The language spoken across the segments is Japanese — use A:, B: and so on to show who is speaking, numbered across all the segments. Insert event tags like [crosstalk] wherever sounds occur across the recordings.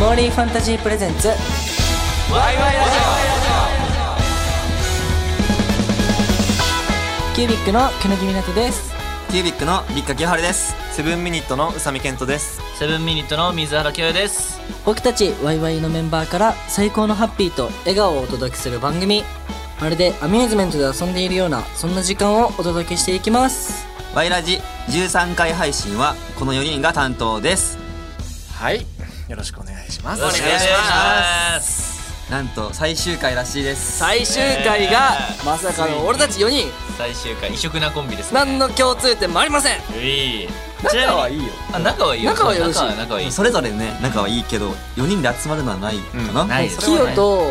A: モーリーファンタジープレゼンツ
B: ワイワイラジ
A: キュービックの毛野木湊です
C: キュービックの立花清春ですセブンミニットの宇佐美健人です
B: オセブンミニットの水原清也です
A: 僕たちワイワイのメンバーから最高のハッピーと笑顔をお届けする番組まるでアミューズメントで遊んでいるようなそんな時間をお届けしていきます
C: ワイラジ13回配信はこの4人が担当です
D: はい。よろしくお願いしま
B: お
D: す。
B: 願いします
C: なんと最終回らしいです
A: 最終回がまさかの俺たち4人
B: 最終回異色なコンビですね
A: 何の共通点もありません
B: うい
C: 仲はいいよ
B: あ仲はいいよ
A: 仲はよろしい
B: 仲は仲はいい
C: それぞれね仲はいいけど4人で集まるのはないかな、
D: うん
B: ないです
A: キヨと
C: う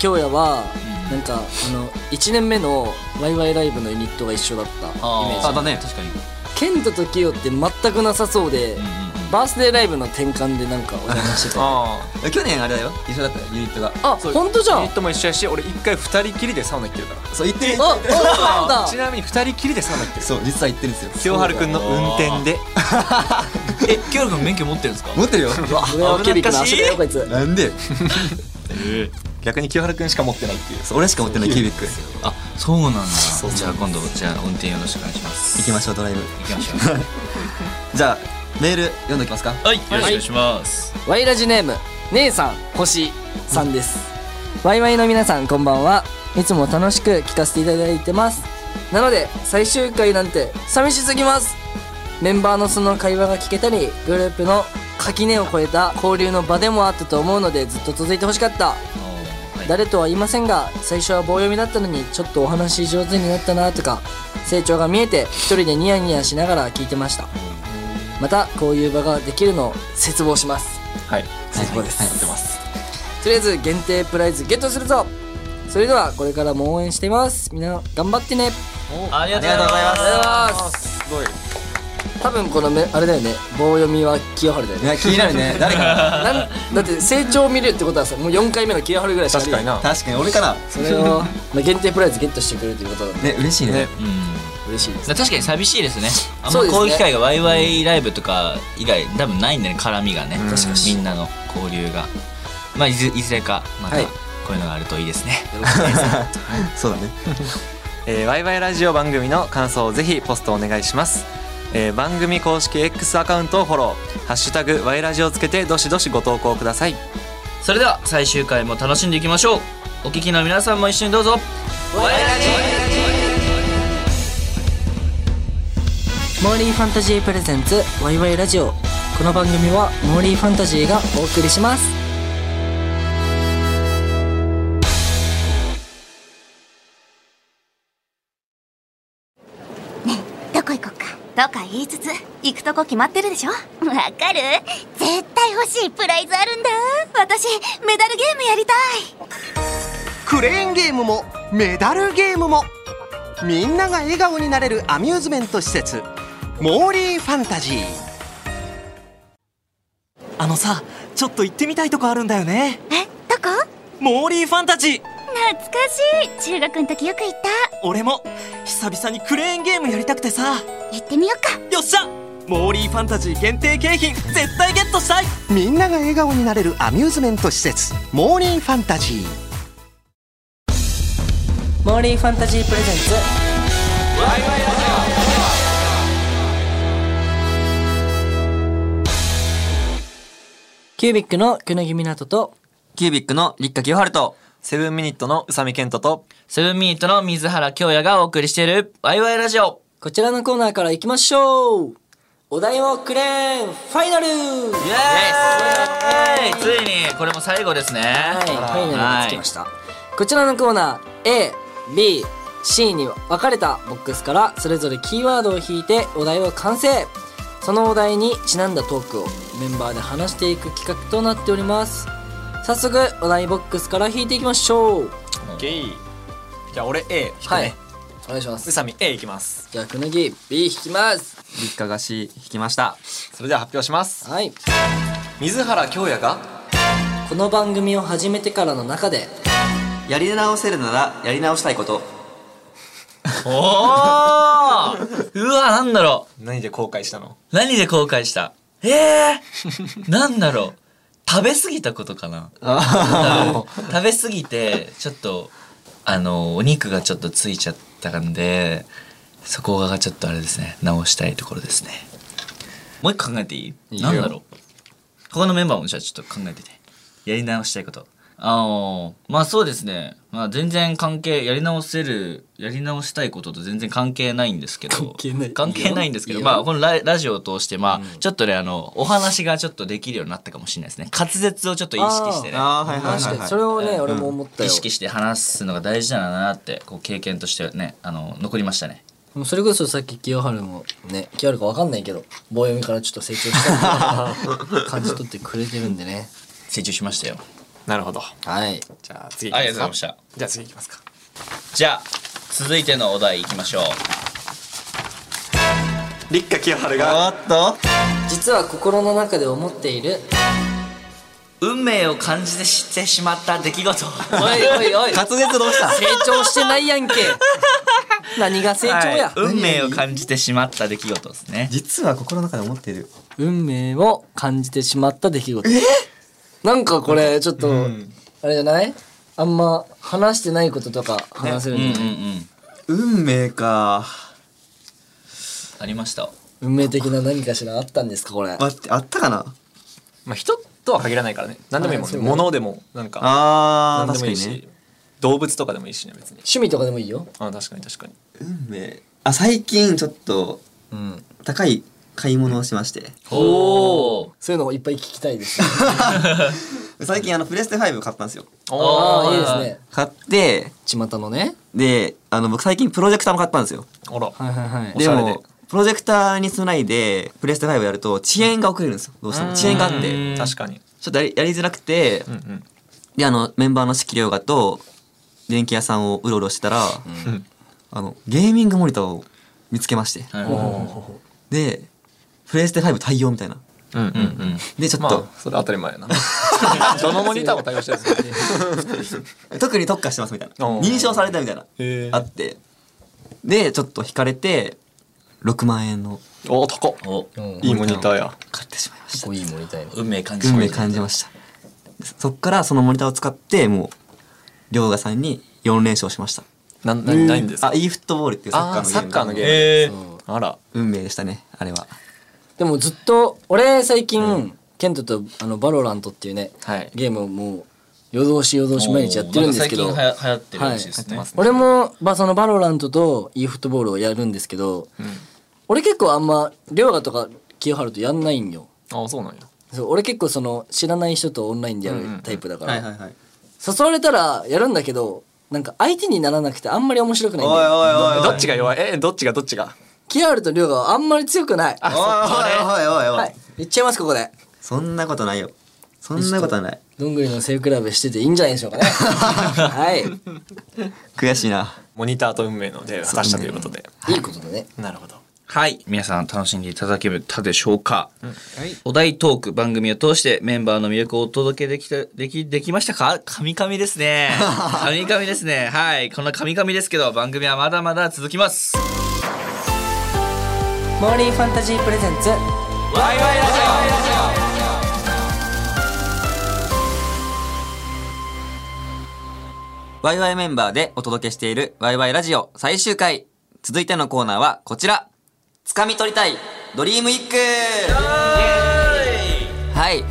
A: 京也は
B: う
A: な
B: ん
A: んかあの1年目のワイワイライブのユニットが一緒だったイメ
B: あ
A: ー
C: あ
A: ジ
C: だね確かに
A: ケントとキヨって全くなさそうで、
B: うんうんうん
A: バースデーライブの転換でなんかお邪魔してた
D: あ
C: 去年あれだよ一緒だったよユニットが
A: あ
D: そう
A: 本当じ
D: あ。
A: ゃ
D: ユ
A: ん
D: ニットも一緒やし、俺一回二人きりでサウナ行ってるから。
C: そう言ってる
A: あ、そうなん
D: ち
A: だ。
D: なみに二人きりでサウナ行ってる。
C: そう実は言ってるんですよ
D: 清春くんの運転で。
B: えキヨ君免許持ってるんですか
C: 持って
D: [laughs]
C: るようわ
A: 俺はケビックの足だよ、こいつ。
C: なんで
D: 逆に清春くんしか持ってないっていう。
C: そう俺しか持ってないキュービック
B: あそうなんだじゃあ今度じゃあ運転よろしくお願いします
C: 行きましょうドライブ
B: 行きましょ
D: [laughs]
B: う
C: じゃあメール読んでおきますか
B: はいよろしくお願いします
A: ワイラジネーム、姉さん、星さんです。ワイワイの皆さん、こんばんは。いつも楽しく聞かせていただいてます。なので、最終回なんて寂しすぎます。メンバーのその会話が聞けたり、グループの垣根を越えた交流の場でもあったと思うので、ずっと続いてほしかった。
B: おーはい
A: 誰とは言いませんが最初は棒読みだったのにちょっとお話上手になったなとか成長が見えて一人でニヤニヤしながら聞いてましたまたこういう場ができるのを絶望します
D: はい。
A: 絶望です、
C: はいはい
D: 出ます。
A: とりあえず限定プライズゲットするぞそれではこれからも応援していますみんな頑張ってね
B: ありがとう
A: あり
B: ございます
A: がとうございます
D: ごい。
A: 多分このめあれだよね棒読みは清春だよ
C: い
A: ね
C: や気にな
D: [laughs]
C: るね誰か
A: なんだって成長を見るってことはさもう4回目の清春ぐらいしかある
D: 確かにな
C: な。確かに俺かな
A: それを、まあ、限定プライズゲットしてくれるということなんで
C: ね嬉しいね
D: ね
B: うん
A: 嬉しいです
B: だ確かに寂しいですねあん
A: そう
B: ま
A: ですね
B: こういう機会がワイワイライブとか以外多分ないんだよね絡みがね
D: 確かに
B: みんなの交流がまあいずいずれかまた
A: はい
B: こういうのがあるといいですね、
A: よろしくお願いします
C: そうだね
D: えー、ワイワイラジオ番組の感想をぜひポストお願いします。えー、番組公式 X アカウントをフォロー、ハッシュタグワイラジをつけてどしどしご投稿ください。
B: それでは最終回も楽しんでいきましょうお聞きの皆さんも一緒にどうぞ
A: モーリーファンタジープレゼンツワイワイラジオこの番組はモーリーファンタジーがお送りします
E: どこ行こっかとか言いつつ行くとこ決まってるでしょわかる絶対欲しいプライズあるんだ私メダルゲームやりたい
F: クレーンゲームもメダルゲームもみんなが笑顔になれるアミューズメント施設モーリーファンタジー
G: あのさちょっと行ってみたいとこあるんだよね
E: えどこ
G: モーリーファンタジー
E: 懐かしい中学の時よく行った
G: 俺も久々にクレーンゲームやりたくてさ
E: 行ってみよっか
G: よっしゃモーリーファンタジー限定景品絶対ゲットしたい
F: みんなが笑顔になれるアミューズメント施設モーリーファンタジー
A: モーリーファンタジープレゼンツキュービックのくぬぎみなとと
C: キュービックの立花清春と
D: セブンミニットの宇佐美健人と、
B: セブンミニットの水原京也がお送りしているワイワイラジオ
A: こちらのコーナーから行きましょうお題をくれんファイナル
B: イエーイついにこれも最後ですね
A: はい、ファイナルにつきました、こちらのコーナー ABC に分かれたボックスからそれぞれキーワードを引いてお題を完成そのお題にちなんだトークをメンバーで話していく企画となっております早速お題ボックスから引いていきましょう
D: ゲイ。じゃあ俺 A 引くね。
A: はいお願いしま
D: 宇
A: す
D: 佐美 A いきます。
A: じゃあくぬぎ B 引きます
D: 立花が C 引きました。それでは発表します。
A: はい
D: 水原京也が
A: この番組を始めてからの中で
C: やり直せるならやり直したいこと
B: お
A: [laughs]
B: ーうわなんだろう
D: 何で後悔したの
B: [laughs] 何で後悔したええー、なんだろう食べ過ぎたことかな
C: あ
B: 多分食べ過ぎてちょっとあのお肉がちょっとついちゃったんでそこがちょっとあれですね直したいところですねもう一個考えていい
C: いいよ
B: なんだろう他のメンバーもじゃあちょっと考えててやり直したいことあのまあそうですね、まあ、全然関係やり直せるやり直したいことと全然関係ないんですけど
A: 関係ない
B: 関係ないんですけどまあこのララジオを通してまあ、ちょっとねあのお話がちょっとできるようになったかもしれないですね滑舌をちょっと意識してね
C: あーはいはい
A: 確か
C: はい
A: に
C: はい
A: それをね俺も思ったよ
B: 意識して話すのが大事だなってこう経験としてはねあの残りましたね
A: もうそれこそさっき清春もね清春か分かんないけど棒読みからちょっと成長したっていう感じ取ってくれてるんでね
B: 成長しましたよ
D: なるほど
A: はい
D: じゃあ次
B: ありがとうございました
D: じゃあ次いきますか
B: じゃあ続いてのお題いきましょう
D: 立花清春が
C: おっと
A: 実は心の中で思っている
B: 運命を感じて知ってしまった出来
D: [laughs]
B: 事
A: おいおいおい
C: 滑舌どうした
A: 成長してないやんけ何が成長や、
B: はい運命を感じてしまった出来事ですね
C: 実は心の中で思っている
A: 運命を感じてしまった出来事なんかこれちょっと、あれじゃないあんま話してないこととか話せるん
B: うん
A: じ
B: う
A: ゃ
B: ん
A: ない、
B: うん
C: 運命か
B: ありました
A: 運命的な何かしらあったんですかこれ
C: 待ってあったかな
D: まあ人とは限らないからね何でもいいもんね
A: はいそうだね
D: 物でもなんか
C: あ
D: 何
C: ー
D: で
C: 確
D: も
C: か
D: いい
C: にね
D: し動物とかでもいいしね別に
A: 趣味とかでもいいよ
D: あ確かに確かに
C: 運命あ最近ちょっと
A: うん
C: 高い買い物をしまして
B: おお
A: そういうのをいっぱい聞きたいです
C: 最近あのプレステ5買ったんですよ
A: あ
B: お
A: あ
B: ー
A: いいですね
C: 買って
A: 巷のね
C: であの僕最近プロジェクターも買ったんですよ
D: あら
A: はいはいはい
D: おし
C: で
D: ゃれで
C: もプロジェクターにつないでプレステ5やると遅延が遅れるんですよどうしても遅延があって
D: 確かに
C: ちょっとやりやりづらくて、
D: うんうん
C: であのメンバーの四季涼雅と電気屋さんをうろうろしてたら、
D: ん
C: あのゲーミングモニターを見つけまして、
B: はい
C: でプレステ5対応みたいな
D: うん
B: うんうん
C: でちょっ
D: ま
C: と
D: あ、それ当たり前 [laughs] やなどのモニターも対応してるんですよね
C: 特に特化してますみたいな
D: おー
C: 認証されたみたいな
D: へ
C: あってでちょっと引かれて6万円の
D: おお高っ
B: お
A: うん
D: いいモニターや
C: 買ってしまいまし
A: 結
C: た
A: 構いいもんみたいな
B: 運命感じ
C: 運命感じましたそっからそのモニターを使ってもう涼雅さんに4連勝しました
D: なんなんないんですか
C: あ e フットボールっていうサッカー
D: あー
C: のゲーム
D: サッカーのゲーム
B: え
D: あら
C: 運命でしたねあれは
A: でもずっと俺最近、ケントとあのバロラントっていうね、
D: はい
A: ゲームをもう夜通し夜通し毎日やってるんですけど
B: 最近はや流行ってるらしいですね、
C: はい
A: 俺も、まあ、そのバロラントと e フットボールをやるんですけど、俺結構あんま涼河とか清原とやんないんよ
D: ああそうなんや
A: そう俺結構その知らない人とオンラインでやるタイプだから、
C: はいはいはい
A: 誘われたらやるんだけどなんか相手にならなくてあんまり面白くないんだよ
C: いおい
D: どっちが弱いえどっちがどっちが
A: 清原と涼河はあんまり強くないは
C: おいおいおいおいおい
A: い言っちゃいますここで
C: そんなことないよそんなことはない
A: どんぐりの背比べしてていいんじゃないでしょう [laughs] かねはい
C: 悔しいな
D: モニターと運命の出会いを果たしたということで
A: いいことだね
D: なるほど
B: はい。皆さん楽しんでいただけたでしょうか、お題トーク番組を通してメンバーの魅力をお届けできた、でき、できましたか神々です [laughs] ね。神々ですね。はい。こんな神々ですけど、番組はまだまだ続きます。
A: モーリーファンタジープレゼンツ
C: ワイワイメンバーでお届けしているワイワイラジオ最終回続いてのコーナーはこちら掴み取りたいドリームイッグはい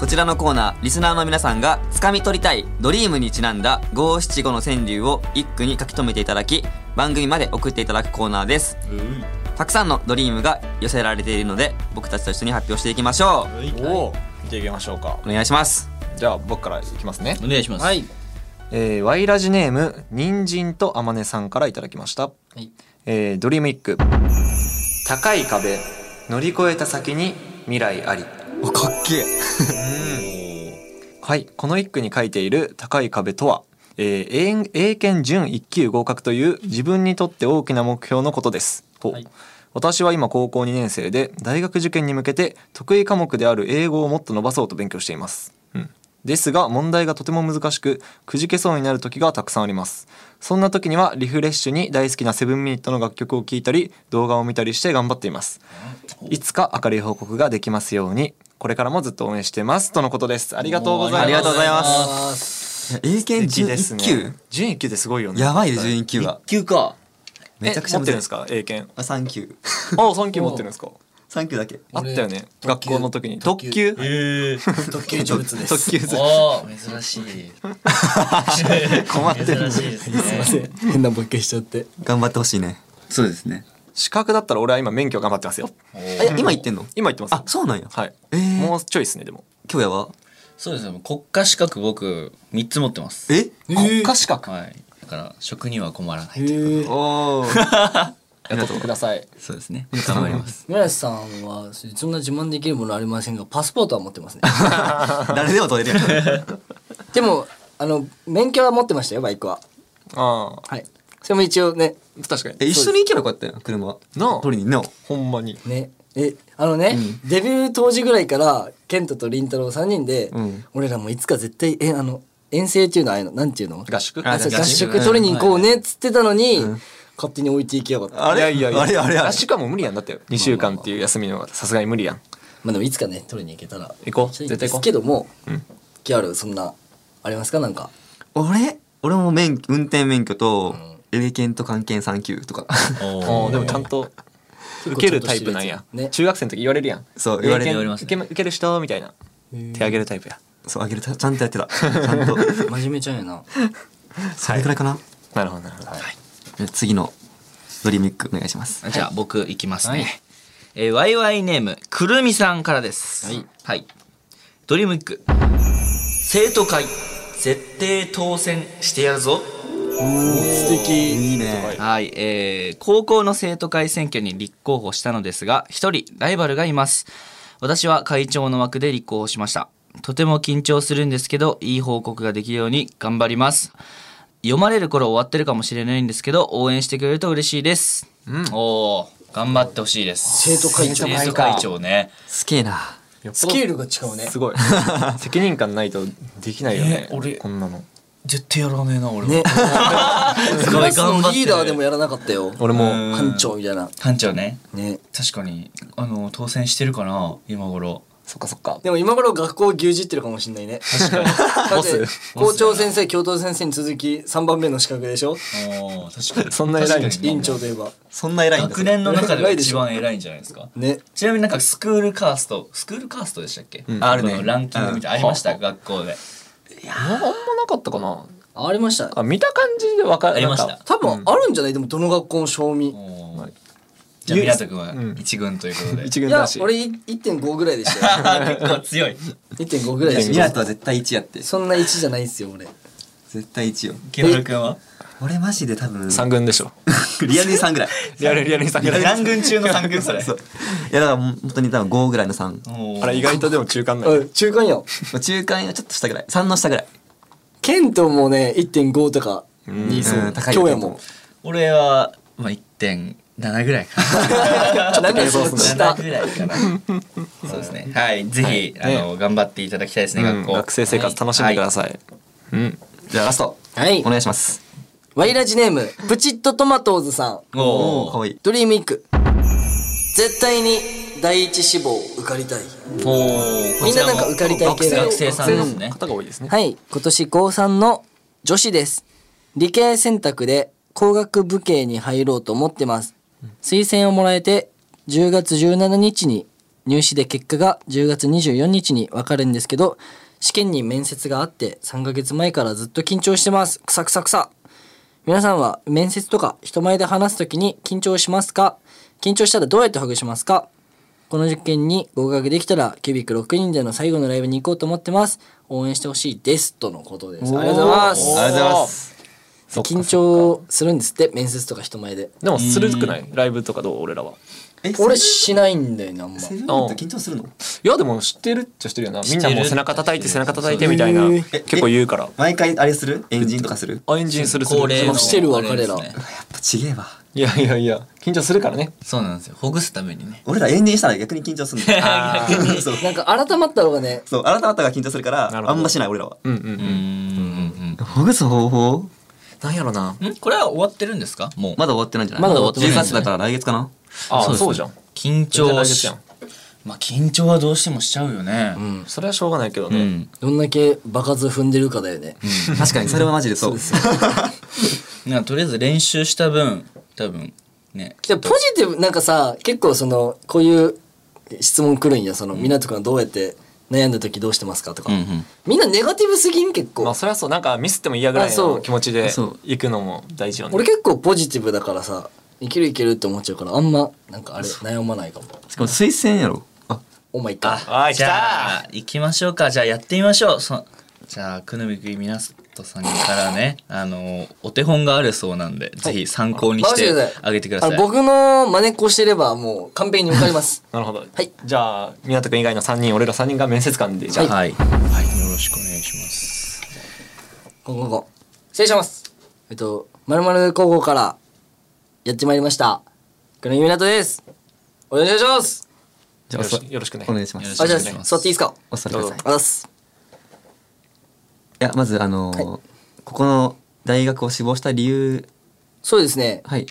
C: こちらのコーナーリスナーの皆さんが掴み取りたいドリームにちなんだ575の川柳を一句に書き留めていただき番組まで送っていただくコーナーですたくさんのドリームが寄せられているので僕たちと一緒に発表していきましょ
D: おお見ていきましょうか
C: うお願いします
D: じゃあ僕からいきますね
B: お願いします。
A: はい
D: えーワイラジネーム人参とあまねさんからいただきました、
A: い
D: えードリームイック高い壁乗り越えた先に未来あり
C: おかっけえ
D: はいこの一句に書いている高い壁とは、えー英英検準一級合格という自分にとって大きな目標のことです、ほう私は今高校2年生で大学受験に向けて得意科目である英語をもっと伸ばそうと勉強しています、うん、ですが問題がとても難しくくじけそうになる時がたくさんありますそんな時にはリフレッシュに大好きなセブンミニットの楽曲を聴いたり動画を見たりして頑張っていますいつか明るい報告ができますようにこれからもずっと応援してますとのことですありがとうございます
C: ありがとうございます
A: ます。
C: 英検
D: 11
C: 11
D: 級
C: 級
D: 準1級ってすごいよね
C: やばいね11級
B: 一
C: は
B: 級か。
C: めちゃくちゃ
D: 持
C: む
D: って
C: ず
D: るんですか
C: い
D: 英検
C: あ3級
D: あ3級持ってるんですか
C: 3級だけ
D: あったよね
A: 俺
D: 学校の時に
A: 特
D: 特
A: 級
D: 級
B: ええ。
A: 特急上物です。
D: 特級です
B: おー珍しい。 [laughs] 困
C: って
B: 珍
C: る
B: しいですね。
A: すいません変なボケしちゃって。
C: 頑張ってほしいね
B: そうですね。
D: 資格だったら俺は今免許頑張ってますよ
C: え今言ってんの
D: 今言ってます
C: あそうなんや
D: はい
C: えー
D: もうちょいですねでも
C: 今日やは
B: そうですね。国家資格僕三つ持ってます。
C: え
A: 国家
D: 資格
B: はい。だから食には困らない。
A: へえ。
C: おお
D: やっとってください
B: そうですね。頑張ります。
A: 村瀬さんはそんな自慢できるものありませんがパスポートは持ってますね
C: [laughs] 誰でも取れ [laughs] るやん
A: でもあの免許は持ってましたよバイクは
D: あ
A: はいそれも一応ね
D: あ確か
C: え
D: に
C: 一緒に行けばよかったよ車
D: なあ
C: 取りにの
D: ほんまに
A: ねえあのね、デビュー当時ぐらいから健太と凛太郎3人で、
D: ん
A: 俺らもいつか絶対えあの遠征っていうのはああいうのなんていうの
D: 合宿
A: あそう
C: 合
A: 合
C: 宿
A: 宿取りに行こうねっつってたのに、勝手に置いていきやがった、
C: あ
D: い
C: れ
D: やいやいや
C: あれあれあれ
D: 合宿はもう無理やんだって2週間っていう休みの方がさすがに無理やん
A: まあでもいつかね取りに行けたら
D: 行こう
A: ちょっ
D: 絶対行こ
A: で
D: う
A: すけども、ギャルそんなありますかなんか
C: 俺俺も免運転免許と英検と関係3級と [laughs] か
D: おーでもちゃんと受けるタイプなんや、
A: ね
D: 中学生の時言われるやん
C: そう言われる
D: 英検
C: 言われますね
D: 受け受ける人みたいな手挙げるタイプや
C: そうあげるたちゃんとやって [laughs] たちゃんと
A: 真面目ちゃんやな
C: それくらいかな
D: なるほどなるほど、
C: じゃあ次のドリームイックお願いします
B: じゃあ僕行きますね。えー、ワイワイネームくるみさんからです。はい。ドリームイック。生徒会絶対当選してやるぞ。
A: 素敵
C: いいね
B: はい、えー高校の生徒会選挙に立候補したのですが、一人ライバルがいます。私は会長の枠で立候補しました。とても緊張するんですけど、いい報告ができるように頑張ります。読まれる頃終わってるかもしれないんですけど、応援してくれると嬉しいです。うん、おお、頑張ってほしいです。
A: 生徒会長
B: 生徒会長ね。
C: すげえな
A: スケールが違うね
D: すご [laughs] い責任感ないとできないよね
B: ね俺
D: こんなの
B: 絶対やらねえな、俺
A: [laughs] ね
B: す
A: ク
B: ごい
A: ラス
B: 頑張
A: の
B: って
A: リー
B: る
A: ダーでもやらなかったよ
D: 俺も
A: 班長みたいな
B: 班長ね。
A: ね
B: 確かに、あの、当選してるかな、今頃。 [laughs]
D: そっかそっか
A: でも今頃学校を牛耳ってるかもしれ
C: [laughs]
A: ないね確かにだって校長先生教頭先生に続き3番目の資格でしょ
B: おー確かに。
D: そんな偉いの
A: 委
B: 確かに
A: 員長といえば
C: そんな偉いんだ
B: 学年の中では一番偉いんじゃないですか。
A: ね
B: ちなみになんかスクールカースト、スクールカーストでしたっけ、
C: んあるね
B: このランキングみたいなありました、学校で。
D: あんまなかったかな
A: ありました
D: あ見た感じでわかる
B: ありました
A: 多分あるんじゃないでもどの学校も賞味
B: おー
D: はい
B: じゃあ、湊君は
D: うん
B: 一軍ということで。
D: [laughs] 一
A: い
D: 軍
A: や
D: だし
A: 俺い1.5ぐらいでした
C: [laughs]
A: よ
B: 結構強い。
A: 1.5ぐらいでし
C: ミ
A: た
C: ラ
A: よ
C: トは絶対1やって
A: そんな1じゃないっすよ俺
C: 絶対1よ
B: 木村君は
C: 俺マジで多分
D: 三軍でしょ
C: リアルに3ぐらい
D: リアルリアルに三軍
B: 何軍中の3軍それ。
C: そういやだから本当に多分5ぐらいの3
B: おー
D: あれ意外とでも中間だよ
A: うん中間よ
C: まあ中間よりちょっと下ぐらい3の下ぐらい
A: ケントもね1.5とかにいそう
C: うん高いよ
A: 今日やもん
B: 俺は、まあ、1.7ぐらいか
A: なんでその
B: な。
A: 下
B: 7ぐらい
D: [laughs]
B: かな。そうですね。はい。ぜひ、
D: はい
B: あの、頑張っていただきたいですね、
D: うん
B: 学校。
D: 学生生活楽しんでくださいうん
C: じゃあラスト
A: はい
C: お願いします
A: ワイラジネームプチッとトマトーズさん
B: お
C: お
B: ー
C: かわいい
A: ドリームイック絶対に第一志望受かりたい
B: み
A: みんななんか受かりたい系の
B: 学生さんですね。
D: 方が多いですね
A: はい今年高3の女子です理系選択で工学部系に入ろうと思ってます推薦をもらえて10月17日に入試で結果が10月24日に分かるんですけど試験に面接があって3ヶ月前からずっと緊張してますくさくさくさ皆さんは面接とか人前で話すときに緊張しますか緊張したらどうやってほぐしますかこの実験に合格できたらキュービック6人での最後のライブに行こうと思ってます応援してほしいですとのことですありがとうございます
C: ありがとうございます
A: 緊張するんですって面接とか人前で
D: でもするくないライブとかどう俺らは
C: え
A: 俺しないんだよねあんま
C: セブンって緊張するの
D: いやでも知ってるっちゃ知ってるよなみんなもう背中叩いて背中叩いてみたい
A: へ
D: な
A: ー
D: 結構言うから
C: 毎回あれするエンジンとかする
D: あエンジンするす
B: 恒
D: る
B: 例の
A: してるわ彼ら
B: あれですね
C: やっぱちげえわ
D: いやいやいや緊張するからね
B: そうなんですよ。ほぐすためにね。
C: 俺らエンジンしたら逆に緊張する [laughs] んだ逆にそう
A: なんか改まった方がね
C: そうあなた方が緊張するから
D: なるほど
C: あんましない俺らは
D: うんうん
B: うんうん
C: ほぐす方法
D: なんやろな
B: うん。んこれは終わってるんですかもう。
C: まだ終わってないんじゃない
A: まだ終わってない
C: 10月だから来月かな
D: あそうじゃん
B: 緊
D: 全然
B: 張
D: 来月
B: し
D: やん
B: まあ緊張はどうしてもしちゃうよね。
A: うん。
D: それはしょうがないけど
B: う
D: ね、
B: ん。
A: どんだけ場数踏んでるかだよね。
C: 確かにそれはマジでそう
B: [laughs] なんかとりあえず練習した分多分ね。
A: じゃあポジティブ、なんかさ、結構その、こういう質問来るんや。その、みんなとかどうやって悩んだ時どうしてますかとか。
B: うんうん
A: みんなネガティブすぎん結構。
D: まあそれはそうなんかミスっても嫌ぐらい
A: あそ
D: の
A: う
D: 気持ちで
C: そう
D: 行くのも大事よね
A: 俺結構ポジティブだからさ、いけるいけるって思っちゃうから、あんま、なんかあれ、悩まないかも。
C: しかも推薦やろあ
A: お前か。
D: あー来
B: じゃあ
D: た
B: 行きましょうか。じゃあやってみましょう。そじゃあくぬみくみなさんからね、あのお手本があるそうなんで、ぜひ参考にし
A: 任
B: て
A: せください
B: あげてくださ
A: あの
B: い。
A: 僕の真似っこしてれば、もう完璧にわかります。
B: [laughs]
D: なるほど、
A: はい
D: じゃあ湊くん以外の3人俺ら3人が面接官でじゃあ、
B: はい、はい、よろしくお願いします。
A: ここここ失礼しますえっとまるまる高校からやってまいりました黒井湊ですお願いします
C: じゃ
D: よ
C: あ
D: ろしよろしくね
C: お願いします
A: あ
B: よ
A: じゃ
B: ろ
A: あ
B: しくお願いします
A: 座っていいですか
C: お座りください
A: あざっす
C: いやまずあのーここの大学を志望した理由
A: そうですね
C: はい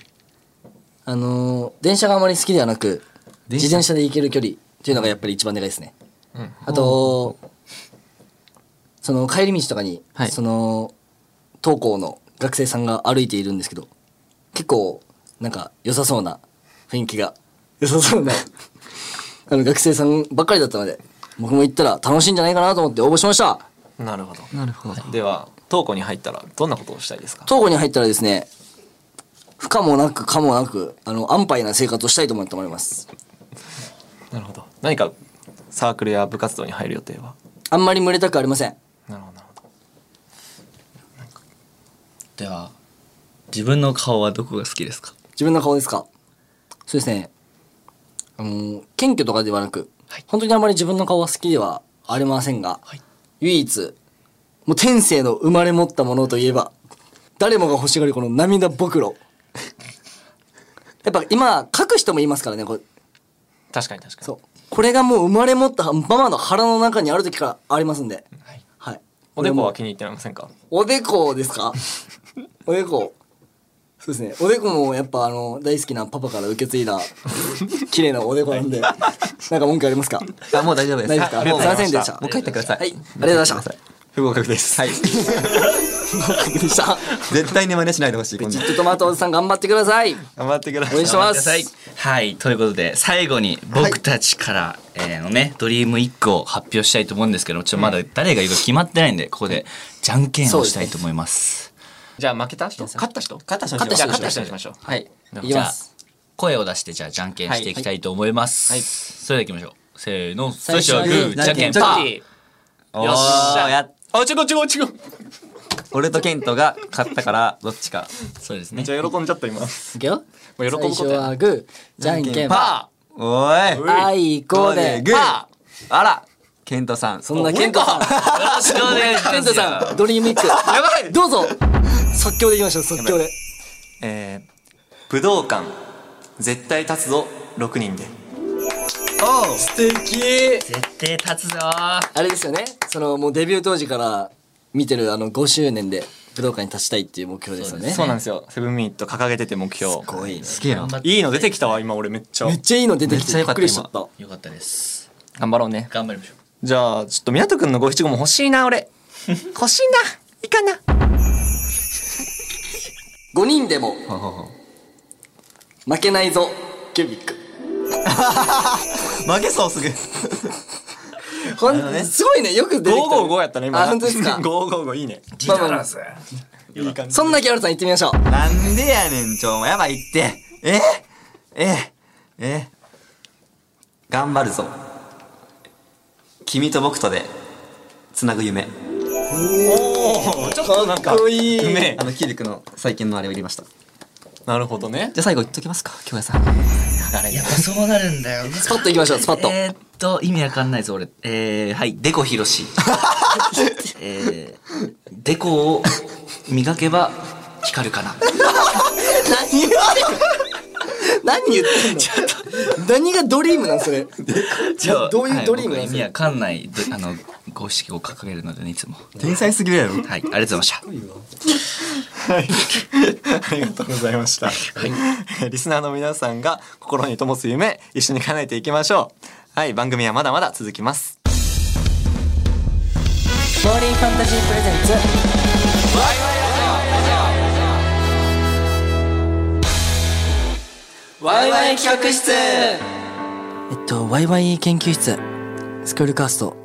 A: あのー電車があまり好きではなく
C: 電車
A: 自転車で行ける距離っていうのがやっぱり一番でかいですね、あとその帰り道とかに、
C: はい
A: その登校の学生さんが歩いているんですけど結構なんか良さそうな雰囲気が良さそう
C: [laughs]
A: なあの学生さんばっかりだったので僕も行ったら楽しいんじゃないかなと思って応募しました
D: なるほど
C: なるほど
D: では東校に入ったらどんなことをしたいですか
A: 東郷に入ったらですね不可もなく可もなくあの安泰な生活をしたいと思って思います
D: なるほど何かサークルや部活動に入る予定は
A: あんまり群れたくありません
D: なるほどなるほど
B: では自分の顔はどこが好きですか。
A: 自分の顔ですかそうですねあの謙虚とかではなく、本当にあまり自分の顔は好きではありませんが、唯一もう天性の生まれ持ったものといえば誰もが欲しがるこの涙袋 [laughs] やっぱ今書く人も言いますからねこれ
D: 確かに確かに
A: そうこれがもう生まれ持ったママの腹の中にある時からありますんで、はい
D: おでこは気に入ってませんか
A: おでこですかおでこ。そうですね。おでこもやっぱあの、大好きなパパから受け継いだ、綺麗なおでこなんで、なんか文句ありますか
C: あもう大丈夫 [laughs] です
A: 大丈夫です
C: あ
A: かも
C: もう
A: うすいませんでした。
C: もう帰ってください
A: はい。ありがとうございました。
D: 不合格ですはい
A: でした。
C: 絶対に真似しないでほしい今
A: ち
C: 度
A: ょっとトマトおじさん頑張ってください。
D: 頑張ってくだ
A: 応
D: さい
A: 援してま
B: く
A: す
B: ださ。いはい、ということで、最後に僕たちから、えーのね、ドリーム1個を発表したいと思うんですけど、ちょっとまだ誰がいるか決まってないんで、ここで、じゃんけんをしたいと思います。
D: じゃあ負けた人勝った人勝った人
A: 勝った人
D: 勝った人にしましょう
C: はい
A: いきます。
B: 声を出して、じゃあ、じゃんけんしていきたいと思います。それでは行きましょう。せーの、最
A: 最初
B: 初は
A: は
B: グ
A: グー
B: ー、じゃんけん、
C: じゃ
B: パ
C: んけ
B: ー。
C: よっしゃやっ
D: あ違う違う違う
C: 俺とケントが勝ったからどっちか
B: そうですね。
D: じゃあ喜んじゃった今もう
A: いくよ。
D: 喜ぶ
A: 最
D: こ
A: 初
D: とや
A: はグー、じゃんけん、パ
C: おーい
A: ー。あいこで、
C: グーあらケントさん
A: そんなケントさん。
B: よろしくお願いします。
A: ケントさん、ドリームイック。やばいどうぞ即興でいきましょう、即興で。
D: えー、武道館絶対立つぞ6人で
B: 絶対立つぞ
A: あれですよねそのもうデビュー当時から見てるあの5周年で武道館に立ちたいっていう目標ですよね
D: [laughs] そうなんですよセブンミニット掲げてて目標
A: すごいね
C: すげえな
D: いういの出てきたわ今俺めっちゃ
A: めっちゃいいの出てき
C: めってちゃ
A: び
C: 良
A: っ
C: かっ
A: く
C: た
A: りしちゃった
B: よかったです。
D: 頑張ろうね
B: 頑張りましょう。
D: じゃあちょっと湊くんの五七五も欲しいな [laughs] 俺欲しいないいかな
A: 5人でも負けないぞキュービック
C: 負けそうすぐ
A: ほん、すごいねよく出てきた、ね、
D: 555やったね今
A: あ本当です
D: [laughs]
A: か
D: 555いいね
A: まあまあまあ
D: いい感じ
A: そんなギャルさん行ってみましょう
C: なんでやねんちょもうやばいってええええ頑張るぞ君と僕とでつなぐ夢
D: ちょっとなんか
A: いい
D: ね
C: あのキリクの最近のあれを入れましたじ
D: なるほどね
C: ゃあ最後言っときますか京谷さん
B: やっぱ [laughs] そうなるんだよ。
A: スパッと行きましょうスパッと、
B: えーっと、意味わかんないぞ、俺。えー、はい、デコヒロ
A: [laughs]
B: シ。えー、デコを磨けば光るかな。
A: 何言ってんの [laughs] 何言ってんの何がドリームなんそれ
B: じゃあ
A: どういうドリーム
B: は
A: ないんで
B: 僕
A: す
B: 意味
A: か
B: わかんない、どあの、公式を掲げるのでね、いつも。はい、
C: 天才すぎるやろ
B: ありがとうございました。
D: ありがとうございました。リスナーの皆さんが心に灯す夢、一緒に叶えていきましょう。はい、番組はまだまだ続きます。
A: モーリーファンタジープレゼンツ
B: ワイワイ企画室
A: えっと、ワイワイ研究室、スクールカースト、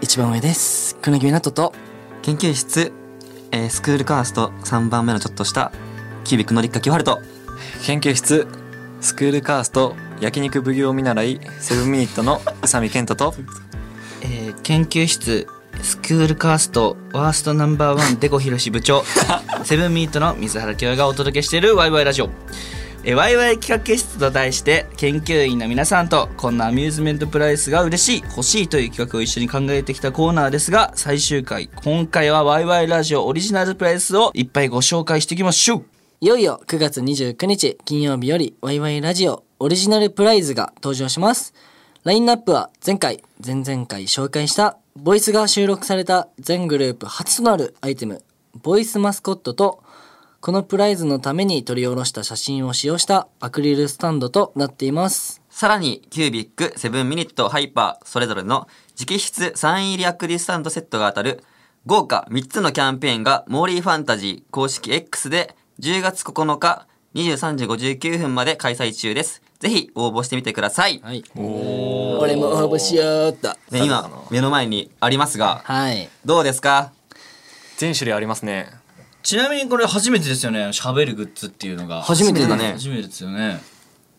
A: 一番上です。くぬぎみなとと、
C: 研究室、えースクールカースト3番目のちょっとしたキュービックのりっかきはると
D: 研究室、スクールカースト、焼肉奉行見習い、セブンミニットの宇佐美健太と、
B: えー研究室スクールカーストワーストナンバーワンデコヒロシ部 [laughs] 長セブンミートの水原清がお届けしているワイワイラジオえーワイワイ企画室と題して研究員の皆さんとこんなアミューズメントプライスが嬉しい欲しいという企画を一緒に考えてきたコーナーですが最終回今回はワイワイラジオオリジナルプライスをいっぱいご紹介していきましょう
A: いよいよ9月29日金曜日よりワイワイラジオオリジナルプライズが登場します。ラインナップは前回、前々回紹介したボイスが収録された全グループ初となるアイテム、ボイスマスコットと、このプライズのために撮り下ろした写真を使用したアクリルスタンドとなっています。
C: さらにキュービック、セブンミニット、ハイパーそれぞれの直筆サイン入りアクリルスタンドセットが当たる豪華3つのキャンペーンがモーリーファンタジー公式 X で10月9日23時59分まで開催中です。ぜひ応募してみてください。
A: はい。俺も応募しようっと。
C: で今目の前にありますが、
A: はい。
C: どうですか
D: 全種類ありますね。
B: ちなみにこれ初めてですよね喋るグッズっていうのが
A: 初めてだ
C: ね
B: 初めてですよね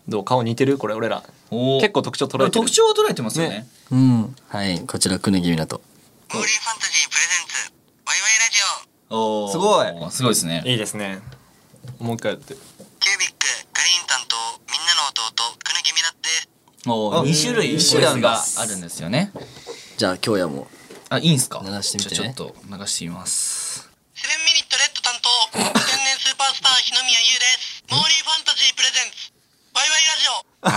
D: どう顔似てるこれ俺ら。
B: おー
D: 結構特徴捉えてる
B: 特徴は捉えてますよね
A: うん。はい。こちら、くぬぎみなと。
B: おー
C: すご
B: すごいですね
D: いいですね。もう一回やって。
H: キュービック、グリーン担当、みんなの弟、くぬぎみなって。
B: お
C: あ
B: 2種類ボイス
C: 種類
B: があるんですよね
A: じゃあ、今日やもう。
B: あいいんすか
A: 流してみてね
B: じゃあちょっと流してみます
H: セブンミニットレッド担当、天然スーパースター、日宮優です。モーリ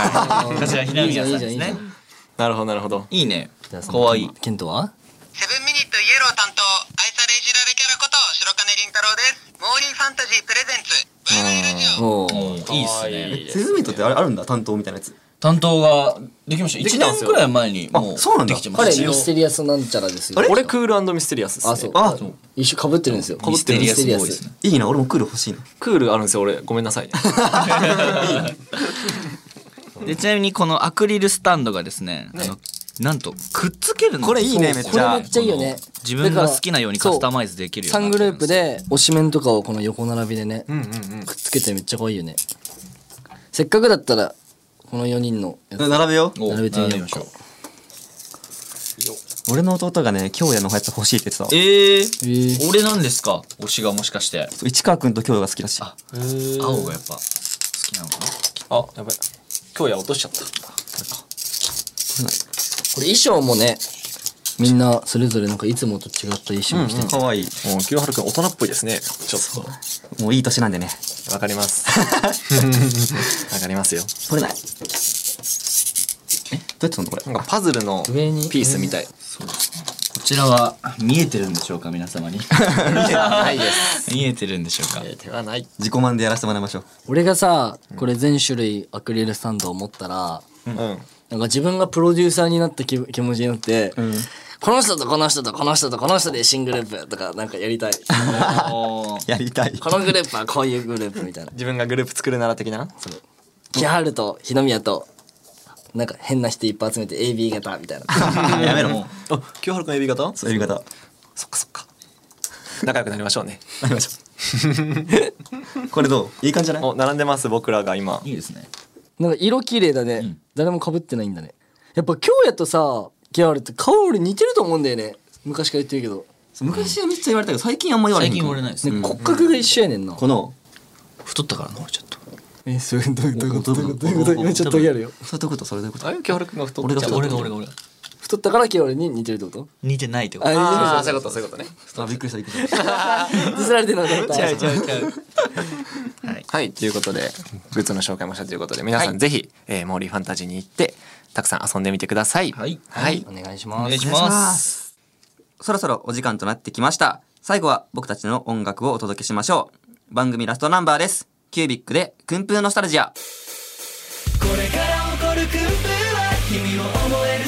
H: ーファンタジープレゼンツ、ワイワイラジオ。
B: こちらひなみやさんです
A: いいじゃんいいじゃんいい
B: ね
A: じゃん
D: なるほどなるほど。
B: いいね
A: じゃあそ
B: か
A: の
B: わいい
A: ケントは
H: セブンミニットイエロー担当、愛されいじられキャラこと、白金凛太郎です。モーリーファンタジープレゼンツ、ワイワイラジオ。
A: お
B: おーいいっすね
C: セブンミニットってあれあるんだ担当みたいなやつ。
B: 担当ができました
D: き
B: 1
D: たんす
B: 年
D: よ
B: くらい前にも
C: あ
B: う
C: そうなんだ
B: できてます
A: 彼
B: 一応
A: ミステリアスなんちゃらですよ
D: 俺クールミステリアスです、ね。
A: あそう
C: あ、
A: 一緒かぶってるんですよ
B: ミステリアスボーイ
A: ミ
B: で
A: ス
B: すね
C: いいな俺もクール欲しいな。
D: クールあるんですよ俺ごめんなさい。
B: でちなみにこのアクリルスタンドがですねあのなんとくっつけるの
C: これいいねめっち
A: これ
C: ゃ
A: めっちゃいいよね
B: この自分が好きなようにカスタマイズできるように
A: 3グ
B: なって
A: ル
B: るん
A: ー
B: です
A: プで推しメンとかをこの横並びでねくっつけてめっちゃ可愛いよねせっかくだったらこの4人のやつ
C: 並べよう。
B: お
A: 並べてみよう
B: 並
A: か
C: 俺の弟がね京也のやつ欲しいって言ってたわ。
B: ええー
A: えー
B: 俺なんですか推しがもしかして
C: 市川くんと京也が好きらしい。
B: 青がやっぱ好きなのかな
D: あやばい。今日や落としちゃった。
A: これ衣装もねみんなそれぞれなんかいつもと違った衣装を着て
C: 可愛い
D: もう清春くん大人っぽいですね。ちょっ
C: もういい年なんでね。
D: とわかり
C: [laughs]
D: ます。わかりますよ。
C: 取れない。えどうやって取るのこれ。
D: なんかパズルのピ
A: 上に
D: ースみたい。
B: こちらは見えてるんでしょうか皆 [laughs] 様に
D: ないです。
B: 見えてるんでしょうか
D: 手はない。
C: 自己満でやらせてもらいましょう。
A: 俺がさこれ全種類アクリルスタンドを持ったら
D: うん。
A: なんか自分がプロデューサーになった気気持ちになって、この人とこの人とこの人とこの人で新グループとかなんかやりたい。
C: やりたい。
A: このグループはこういうグループみたいな。
D: 自分がグループ作るなら的な。
A: 木春と日野宮と、なんか変な人いっぱい集めて AB 型みたいな。
B: やめろも
D: あ清春くん指型？
C: そういう言い方。
D: そっかそっか。仲良くなりましょうね。
C: なりましょう。 [laughs] これどういい感じじゃない
D: お並んでます僕らが今
B: う。いいですね
A: なんか色綺麗だね。誰も被ってないんだね。やっぱ京也とさ、木春って顔俺似てると思うんだよね。昔から言ってるけど。
C: 昔はめっちゃ言われたけど、最近あんま言われへ
B: 最
C: ん
B: 近
C: かも。
B: 折れないですね、
A: ね、骨格が一緒やねんな。
C: この、
B: 太ったからな俺ちょっと
A: え、それどういうことどういうことどういうこと今ちょっとギャルよ。
C: そういうこと、それどういうこと
D: あれ清春くんが太っ
C: 俺が
D: ちゃ
C: 太
D: う。
C: っ
B: 俺が俺が俺が
A: 太ったから清春に似てるってこと
B: 似てないってこ
A: あ、
B: と
A: あ
D: ああそういうことそういうことね。
C: あ、びっくりした、びっくりした。
A: ディスられてるのだった。
B: 違う違う
D: はい、ということで、グッズの紹介もしたということで、皆さんぜひ、えーモーリーファンタジーに行って、たくさん遊んでみてください。
B: はい
D: はい。
A: お願いし
B: お
A: ま
B: 願い
A: す。
B: し
C: お願いし
B: ま
C: ますそろそろお時間となってきました。最後は僕たちの音楽をお届けしましょう。番組ラストナンバーです。キュービックで、くんぷーノスタルジア。
G: これから起こる訓風は君を思える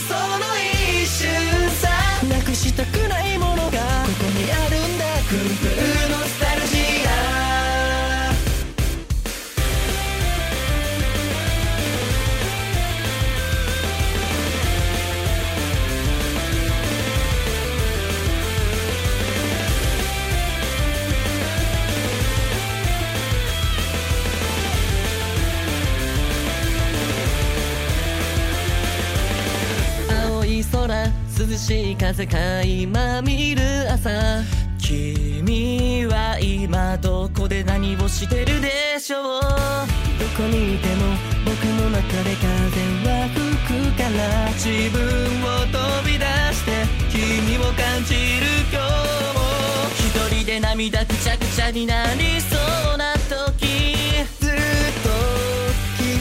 I: い空涼しい風垣間見る朝君は今どこで何をしてるでしょうどこにいても僕の中で風は吹くから自分を飛び出して君を感じる今日も一人で涙くちゃくちゃになりそうな時ずっと君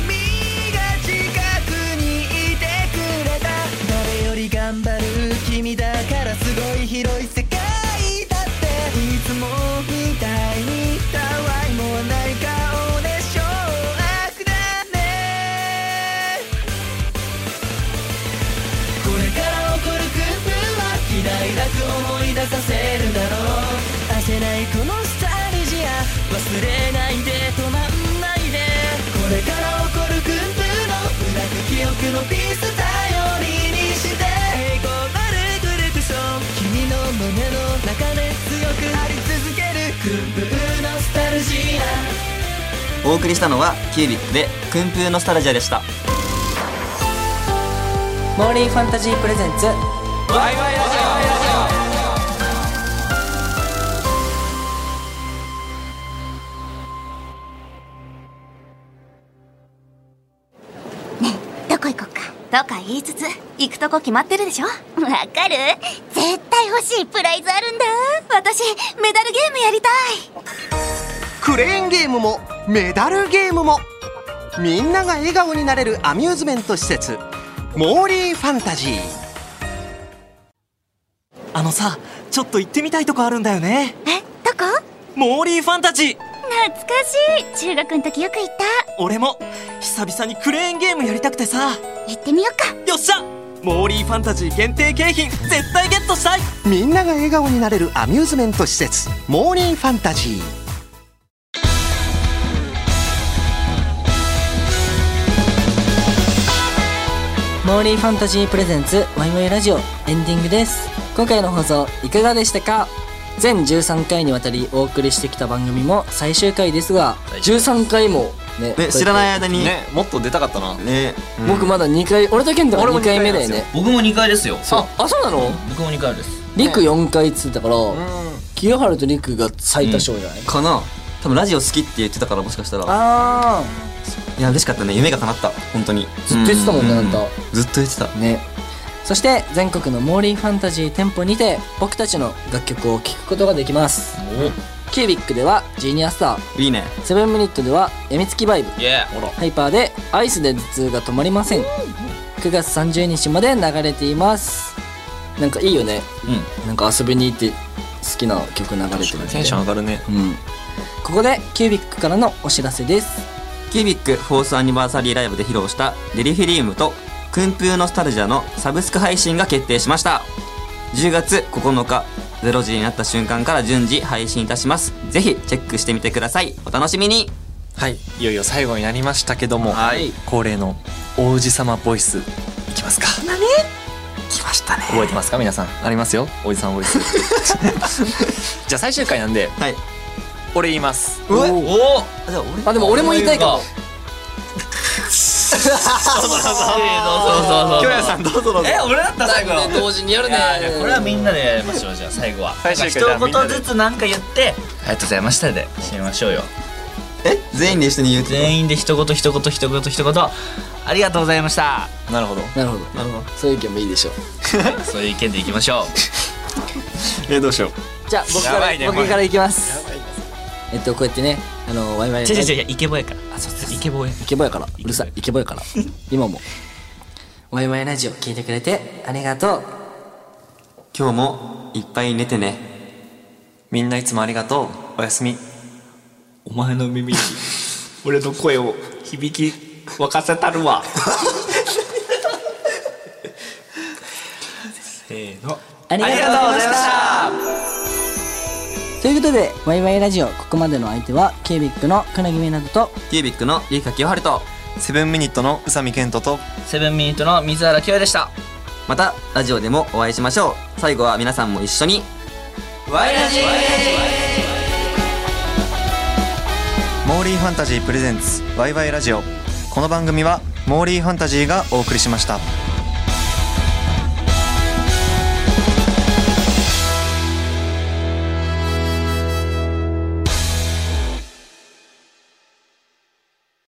I: が近くにいてくれた誰より頑張る君だからすごい広い世界だっていつもみたいにたわいもない顔でしょうだねこれから起こる工夫は嫌いなく思い出させるだろう焦せないこのスタルジア忘れないで止まんないでこれから起こる工夫の裏く記憶のピース頼りにして栄光あるグループション君の胸の中で強くあり続ける空風のスタルジア
C: お送りしたのはキュービックで「訓風のスタルジア」でした
A: モーリーファンタジープレゼンツ
E: どこ行こっかとか言いつつ行くとこ決まってるでしょわかる絶対欲しいプライズあるんだ私メダルゲームやりたい
F: クレーンゲームもメダルゲームもみんなが笑顔になれるアミューズメント施設モーリーファンタジー
G: あのさちょっと行ってみたいとこあるんだよね
E: えどこ
G: モーリーファンタジー
E: 懐かしい中学の時よく行った
G: 俺も久々にクレーンゲームやりたくてさ
E: 行ってみようか
G: よっしゃモーリーファンタジー限定景品絶対ゲットしたい
F: みんなが笑顔になれるアミューズメント施設モーリーファンタジー
A: モーリーファンタジープレゼンツワイワイラジオエンディングです今回の放送いかがでしたか全13回にわたりお送りしてきた番組も最終回ですが13回もね
C: ね知らない間にね
D: ねもっと出たかったな
A: うん僕まだ2回俺と健太が2回目だよね
B: 僕も2回ですよ
A: ああそうなの
B: 僕も2回です
A: りく4回っつってたから清原とりくが最多勝じゃない
C: かな多分ラジオ好きって言ってたからもしかしたら
A: あ
C: いや嬉しかったね夢が叶った本当に
A: あずっと言ってたもんねあんた
C: ずっと言ってた
A: ねそして全国のモーリーファンタジー店舗にて僕たちの楽曲を聴くことができますキュービックではジーニアスター
C: いいね
A: セブンミニットでは「やみつきバイブ」
B: イエ
A: ハイパーで「アイスで頭痛が止まりません」9月30日まで流れていますなんかいいよね
B: う
A: なんか遊びに行って好きな曲流れてるんで
D: テンション上がるね
A: うんここでキュービックからのお知らせです
C: キュービックフォースアニバーサリーライブで披露したデリフィリウムと訓風ノスタルジアのサブスク配信が決定しました10月9日0時になった瞬間から順次配信いたしますぜひチェックしてみてくださいお楽しみに
D: はいいよいよ最後になりましたけども、
B: はい
D: 恒例の王子様ボイスいきますか何
C: 来ましたね
D: 覚えてますか皆さんありますよ王子様ボ
C: [laughs]
D: イスじゃあ最終回なんで
C: はい
D: 俺言います
B: おおお
C: あじゃあ俺
A: あでも俺も言いたいかも
B: そうそうそうそう
D: 京也さんどうぞどうぞ
B: え俺だった最後
A: ね同時にやる
B: い
A: ね
B: やいやこれはみんなでやりましょうじゃあ最後は
D: 最終回
B: まあ
D: じゃあみんな
B: 一
D: で
B: 言ずつなんか言ってありがとうございましたで締めましょうよ
C: え全員で一緒に言うって
B: 全員で一言一言一言一言ありがとうございました
D: なるほど
A: なるほど
C: なるほど
A: そういう意見もいいでしょう
B: そういう意見でいきましょ
D: えどうしよう
A: じゃあ僕か
B: や
A: ら、
B: ばいね
A: 僕からいきますえっとこうやってねあのワイワイ
B: う違う違う違うイケボやからあそうそうイケボや
A: イケボやからうるさいイケボやから今もワイワイラジオ聞いてくれてありがとう
C: 今日もいっぱい寝てね
D: みんないつもありがとうおやすみ
B: お前
D: [laughs]
B: の耳に俺の声を響き沸かせたるわせーの
A: ありがとうございましたということでワイワイラジオここまでの相手は k ビックの金木芽などと
C: キュービックのゆうかきよはると
D: セブンミニットの宇佐美健斗と
B: セブンミニットの水原清でした
C: またラジオでもお会いしましょう最後は皆さんも一緒に
D: モーリーファンタジープレゼンツワイワイラジオこの番組はモーリーファンタジーがお送りしました